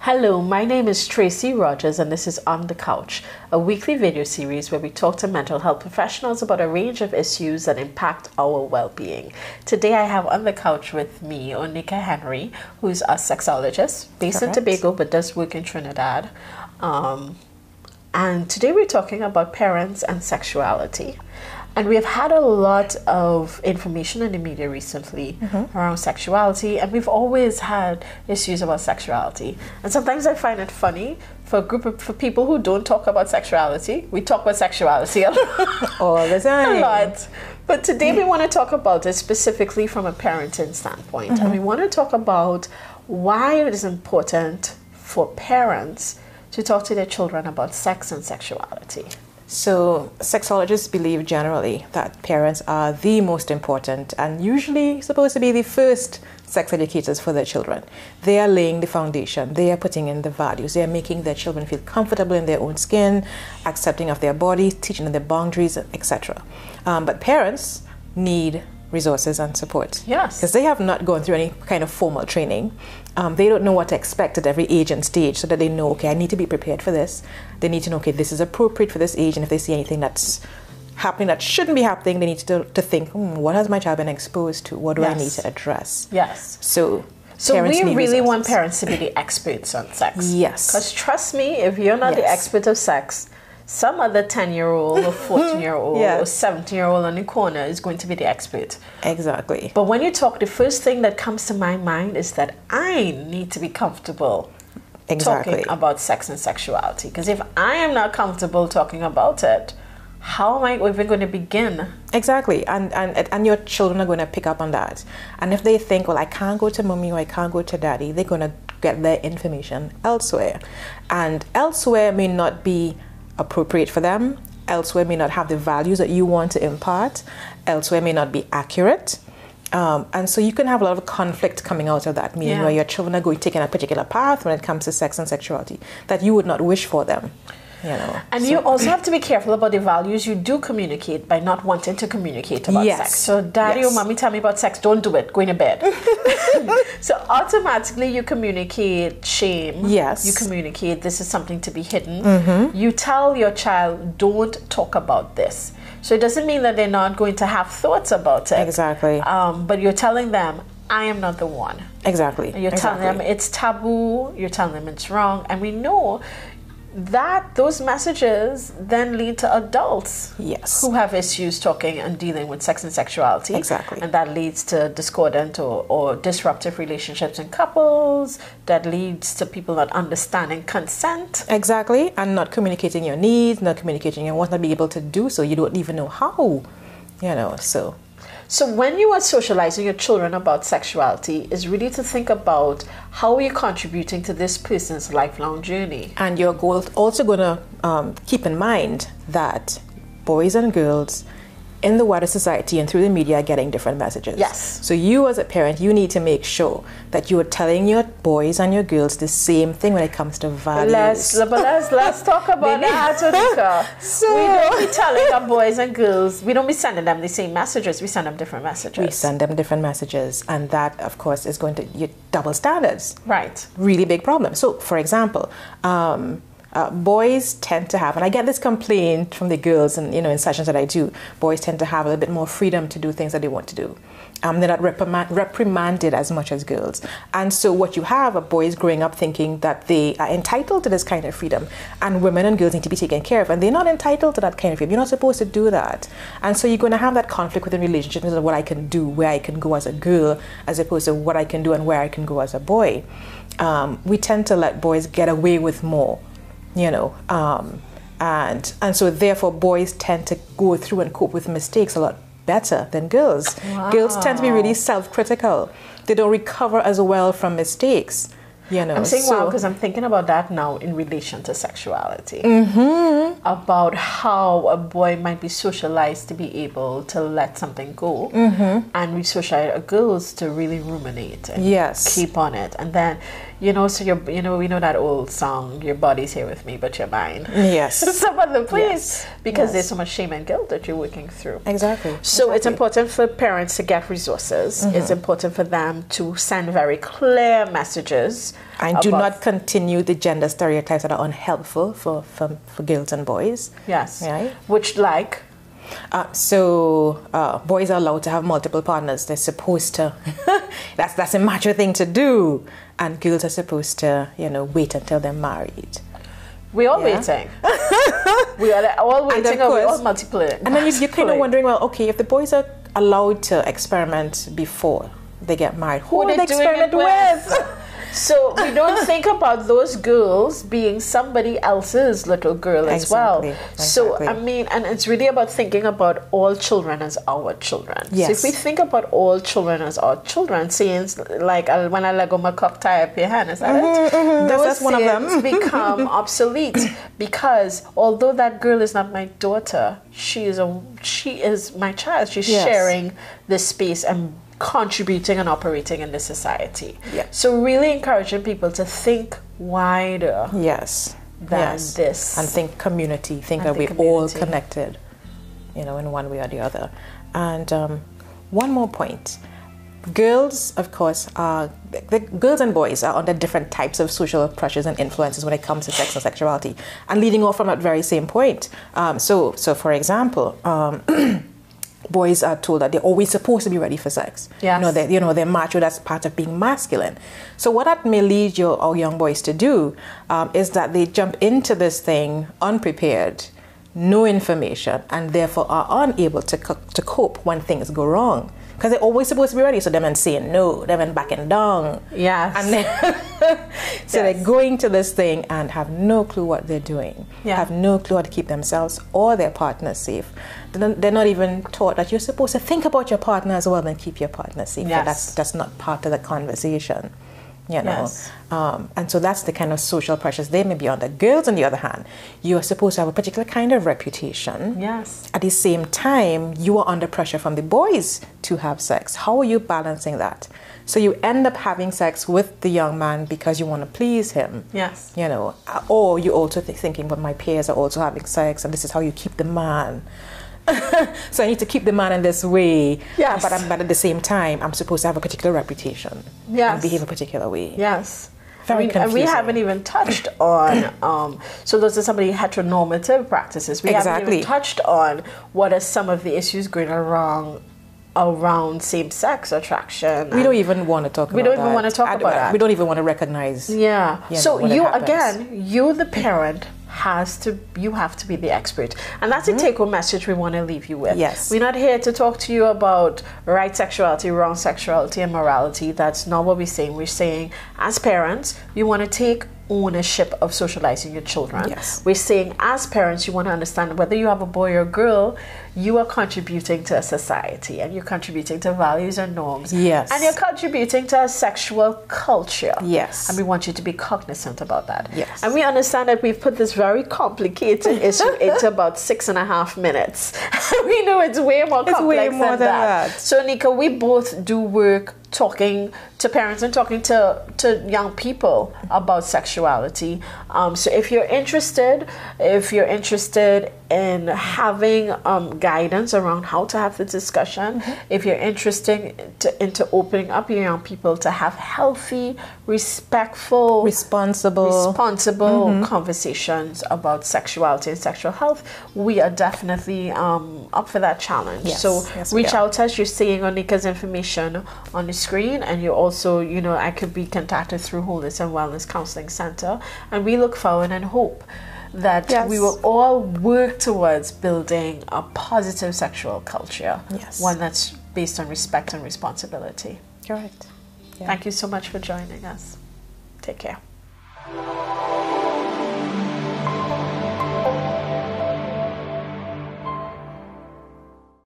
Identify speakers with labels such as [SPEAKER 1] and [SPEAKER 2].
[SPEAKER 1] Hello, my name is Tracy Rogers, and this is On the Couch, a weekly video series where we talk to mental health professionals about a range of issues that impact our well being. Today, I have on the couch with me Onika Henry, who's a sexologist based
[SPEAKER 2] Correct.
[SPEAKER 1] in Tobago but does work in Trinidad. Um, and today we're talking about parents and sexuality. And we have had a lot of information in the media recently
[SPEAKER 2] Mm-hmm.
[SPEAKER 1] around sexuality, and we've always had issues about sexuality. And sometimes I find it funny for a group of for people who don't talk about sexuality. We talk about sexuality a lot.
[SPEAKER 2] All the time.
[SPEAKER 1] A lot. But today we want to talk about it specifically from a parenting standpoint. And
[SPEAKER 2] Mm-hmm.
[SPEAKER 1] we want to talk about why it is important for parents to talk to their children about sex and sexuality.
[SPEAKER 2] So, sexologists believe generally that parents are the most important and usually supposed to be the first sex educators for their children. They are laying the foundation, they are putting in the values, they are making their children feel comfortable in their own skin, accepting of their bodies, teaching them their boundaries, etc. Um, but parents need resources and support.
[SPEAKER 1] Yes.
[SPEAKER 2] Because they have not gone through any kind of formal training. Um, they don't know what to expect at every age and stage, so that they know, okay, I need to be prepared for this. They need to know, okay, this is appropriate for this age, and if they see anything that's happening that shouldn't be happening, they need to, to think, hmm, what has my child been exposed to? What do I
[SPEAKER 1] Yes.
[SPEAKER 2] need to address?
[SPEAKER 1] Yes.
[SPEAKER 2] So,
[SPEAKER 1] So
[SPEAKER 2] parents
[SPEAKER 1] we
[SPEAKER 2] need
[SPEAKER 1] really want
[SPEAKER 2] resources.
[SPEAKER 1] parents to be the experts on sex.
[SPEAKER 2] Yes.
[SPEAKER 1] Because trust me, if you're not the
[SPEAKER 2] Yes.
[SPEAKER 1] expert of sex, some other 10 year old or 14 year old or
[SPEAKER 2] Yes.
[SPEAKER 1] 17 year old on the corner is going to be the expert.
[SPEAKER 2] Exactly.
[SPEAKER 1] But when you talk, the first thing that comes to my mind is that I need to be comfortable
[SPEAKER 2] Exactly.
[SPEAKER 1] talking about sex and sexuality. Because if I am not comfortable talking about it, how am I even going to begin?
[SPEAKER 2] Exactly, and, and and your children are going to pick up on that. And if they think, well, I can't go to mommy or I can't go to daddy, they're going to get their information elsewhere, and elsewhere may not be appropriate for them. Elsewhere may not have the values that you want to impart. Elsewhere may not be accurate. Um, and so you can have a lot of conflict coming out of that, meaning
[SPEAKER 1] Yeah.
[SPEAKER 2] where your children are going taking a particular path when it comes to sex and sexuality that you would not wish for them. You know.
[SPEAKER 1] And you also have to be careful about the values you do communicate by not wanting to communicate about
[SPEAKER 2] Yes.
[SPEAKER 1] sex. So, daddy or
[SPEAKER 2] Yes.
[SPEAKER 1] mommy tell me about sex, don't do it, go into bed. so, automatically, you communicate shame.
[SPEAKER 2] Yes. Mm-hmm.
[SPEAKER 1] You communicate this is something to be hidden. You tell your child, don't talk about this. So, it doesn't mean that they're not going to have thoughts about it.
[SPEAKER 2] Exactly.
[SPEAKER 1] Um, but you're telling them, I am not the one.
[SPEAKER 2] Exactly.
[SPEAKER 1] You're
[SPEAKER 2] exactly.
[SPEAKER 1] telling them it's taboo. You're telling them it's wrong, and we know that those messages then lead to adults
[SPEAKER 2] Yes.
[SPEAKER 1] who have issues talking and dealing with sex and sexuality.
[SPEAKER 2] Exactly.
[SPEAKER 1] and that leads to discordant or, or disruptive relationships in couples. That leads to people not understanding consent.
[SPEAKER 2] Exactly, and not communicating your needs, not communicating your wants, not being able to do so. You don't even know how, you know. So
[SPEAKER 1] So when you are socializing your children about sexuality, is really to think about how are you contributing to this person's lifelong journey.
[SPEAKER 2] and your goal is also going to um, keep in mind that boys and girls in the wider society and through the media are getting different messages.
[SPEAKER 1] Yes.
[SPEAKER 2] So you as a parent, you need to make sure that you are telling your boys and your girls the same thing when it comes to values.
[SPEAKER 1] Let's but let's let's talk about
[SPEAKER 2] Baby.
[SPEAKER 1] that, Otika.
[SPEAKER 2] So-
[SPEAKER 1] we don't be telling our boys and girls. We don't be sending them the same messages. We send them different messages.
[SPEAKER 2] we send them different messages, and that, of course, is going to your double standards.
[SPEAKER 1] right.
[SPEAKER 2] really big problem. So, for example, um, uh, boys tend to have, and I get this complaint from the girls, and you know, in sessions that I do, boys tend to have a little bit more freedom to do things that they want to do. Um, they're not reprimand, reprimanded as much as girls, and so what you have are boys growing up thinking that they are entitled to this kind of freedom, and women and girls need to be taken care of, and they're not entitled to that kind of freedom. You're not supposed to do that, and so you're going to have that conflict within relationships of what I can do, where I can go as a girl, as opposed to what I can do and where I can go as a boy um, we tend to let boys get away with more, you know, um, and and so therefore boys tend to go through and cope with mistakes a lot better than girls. Girls tend to be really self-critical. They don't recover as well from mistakes, you know.
[SPEAKER 1] I'm saying wow
[SPEAKER 2] so-
[SPEAKER 1] because I'm thinking about that now in relation to sexuality.
[SPEAKER 2] Mm-hmm.
[SPEAKER 1] About how a boy might be socialized to be able to let something go,
[SPEAKER 2] Mm-hmm.
[SPEAKER 1] and we socialize our girls to really ruminate and
[SPEAKER 2] Yes.
[SPEAKER 1] keep on it. And then You know, so you're, you know, we know that old song, your body's here with me, but you're mine.
[SPEAKER 2] Yes.
[SPEAKER 1] Some of the place
[SPEAKER 2] Yes.
[SPEAKER 1] because
[SPEAKER 2] Yes.
[SPEAKER 1] there's so much shame and guilt that you're working through.
[SPEAKER 2] Exactly.
[SPEAKER 1] So it's important for parents to get resources.
[SPEAKER 2] Mm-hmm.
[SPEAKER 1] It's important for them to send very clear messages.
[SPEAKER 2] And do
[SPEAKER 1] about-
[SPEAKER 2] not continue the gender stereotypes that are unhelpful for, for, for girls and boys.
[SPEAKER 1] Yes.
[SPEAKER 2] Right?
[SPEAKER 1] Which, like,
[SPEAKER 2] Uh, so uh, boys are allowed to have multiple partners. They're supposed to. that's that's a macho thing to do. And girls are supposed to, you know, wait until they're married.
[SPEAKER 1] we're all
[SPEAKER 2] Yeah.
[SPEAKER 1] waiting. we are all
[SPEAKER 2] And
[SPEAKER 1] waiting
[SPEAKER 2] of
[SPEAKER 1] and we're all
[SPEAKER 2] course-
[SPEAKER 1] multiplying.
[SPEAKER 2] And then you, you're kind of
[SPEAKER 1] Multiplying.
[SPEAKER 2] wondering, well, okay, if the boys are allowed to experiment before they get married, who,
[SPEAKER 1] Who
[SPEAKER 2] will
[SPEAKER 1] they doing
[SPEAKER 2] experiment
[SPEAKER 1] it with? So we don't think about those girls being somebody else's little girl as well.
[SPEAKER 2] Exactly,
[SPEAKER 1] So I
[SPEAKER 2] exactly.
[SPEAKER 1] mean, and it's really about thinking about all children as our children. So if
[SPEAKER 2] Yes.
[SPEAKER 1] we think about all children as our children, saying like "Al- when I let go my cock tie up your hand, is that it?
[SPEAKER 2] Mm-hmm, That's-
[SPEAKER 1] Those
[SPEAKER 2] that's one of them.
[SPEAKER 1] sayings become obsolete because although that girl is not my daughter, she is a she is my child. She's
[SPEAKER 2] Yes.
[SPEAKER 1] sharing this space and contributing and operating in this society.
[SPEAKER 2] Yeah.
[SPEAKER 1] So really encouraging people to think wider
[SPEAKER 2] Yes.
[SPEAKER 1] than
[SPEAKER 2] yes.
[SPEAKER 1] this.
[SPEAKER 2] And think community. Think
[SPEAKER 1] And
[SPEAKER 2] that we're
[SPEAKER 1] think
[SPEAKER 2] all
[SPEAKER 1] community.
[SPEAKER 2] connected, you know, in one way or the other. And um, one more point. Girls, of course, are the, the girls and boys are under different types of social pressures and influences when it comes to sex and sexuality. And leading off from that very same point. Um, so, so for example, um, boys are told that they're always supposed to be ready for sex.
[SPEAKER 1] Yes.
[SPEAKER 2] You know, they're, you know, they're macho, that's part of being masculine. So, what that may lead your our young boys to do um, is that they jump into this thing unprepared, no information, and therefore are unable to, co- to cope when things go wrong. Because they're always supposed to be ready. So, them and saying no, them and backing down.
[SPEAKER 1] Yes.
[SPEAKER 2] And then, so
[SPEAKER 1] Yes.
[SPEAKER 2] they're going to this thing and have no clue what they're doing,
[SPEAKER 1] Yeah.
[SPEAKER 2] have no clue how to keep themselves or their partner safe. They're not, they're not even taught that you're supposed to think about your partner as well and keep your partner safe. but
[SPEAKER 1] Yes.
[SPEAKER 2] That's, that's not part of the conversation. You know,
[SPEAKER 1] Yes.
[SPEAKER 2] um, and so that's the kind of social pressures they may be under. Girls, on the other hand, you are supposed to have a particular kind of reputation.
[SPEAKER 1] Yes.
[SPEAKER 2] At the same time, you are under pressure from the boys to have sex. How are you balancing that? So you end up having sex with the young man because you want to please him.
[SPEAKER 1] Yes.
[SPEAKER 2] You know, or you also th- thinking, but my peers are also having sex, and this is how you keep the man. so I need to keep the man in this way.
[SPEAKER 1] Yes.
[SPEAKER 2] But, I'm, but at the same time, I'm supposed to have a particular reputation.
[SPEAKER 1] Yes.
[SPEAKER 2] And behave a particular way.
[SPEAKER 1] Yes.
[SPEAKER 2] Very
[SPEAKER 1] I mean, and we
[SPEAKER 2] confusing.
[SPEAKER 1] haven't even touched on, um, so those are some of the heteronormative practices. We haven't even
[SPEAKER 2] Exactly.
[SPEAKER 1] touched on what are some of the issues going wrong around same sex attraction.
[SPEAKER 2] We
[SPEAKER 1] and-
[SPEAKER 2] don't even want to talk
[SPEAKER 1] We
[SPEAKER 2] about
[SPEAKER 1] don't even
[SPEAKER 2] that.
[SPEAKER 1] wanna talk
[SPEAKER 2] I-
[SPEAKER 1] about that.
[SPEAKER 2] We don't even want to recognize.
[SPEAKER 1] Yeah.
[SPEAKER 2] you know,
[SPEAKER 1] so
[SPEAKER 2] when it
[SPEAKER 1] you
[SPEAKER 2] happens.
[SPEAKER 1] again, you the parent has to you have to be the expert. And that's a take home message we want to leave you with.
[SPEAKER 2] Mm-hmm. Yes.
[SPEAKER 1] We're not here to talk to you about right sexuality, wrong sexuality and morality. That's not what we're saying. We're saying as parents, you want to take ownership of socializing your children.
[SPEAKER 2] Yes.
[SPEAKER 1] We're saying as parents you want to understand whether you have a boy or a girl, you are contributing to a society and you're contributing to values and norms.
[SPEAKER 2] Yes.
[SPEAKER 1] And you're contributing to a sexual culture.
[SPEAKER 2] Yes.
[SPEAKER 1] And we want you to be cognizant about that.
[SPEAKER 2] Yes.
[SPEAKER 1] And we understand that we've put this very complicated issue into about six and a half minutes. we know it's way more
[SPEAKER 2] It's way
[SPEAKER 1] complex
[SPEAKER 2] more
[SPEAKER 1] than,
[SPEAKER 2] than
[SPEAKER 1] that.
[SPEAKER 2] that.
[SPEAKER 1] So, Nika, we both do work talking to parents and talking to, to young people about sexuality. Um, so, if you're interested, if you're interested in having um, guidance around how to have the discussion, if you're interested to, into opening up your young people to have healthy, respectful,
[SPEAKER 2] Responsible. Mm-hmm.
[SPEAKER 1] responsible conversations about sexuality and sexual health, we are definitely um, up for that challenge.
[SPEAKER 2] Yes,
[SPEAKER 1] so
[SPEAKER 2] yes, we
[SPEAKER 1] reach
[SPEAKER 2] are.
[SPEAKER 1] out as you're seeing Onika's information on the screen, and you also, you know, I could be contacted through Wholeness and Wellness Counseling Center, and we look forward and hope that
[SPEAKER 2] Yes.
[SPEAKER 1] we will all work towards building a positive sexual culture,
[SPEAKER 2] Yes.
[SPEAKER 1] one that's based on respect and responsibility.
[SPEAKER 2] Correct. Yeah.
[SPEAKER 1] Thank you so much for joining us. Take care.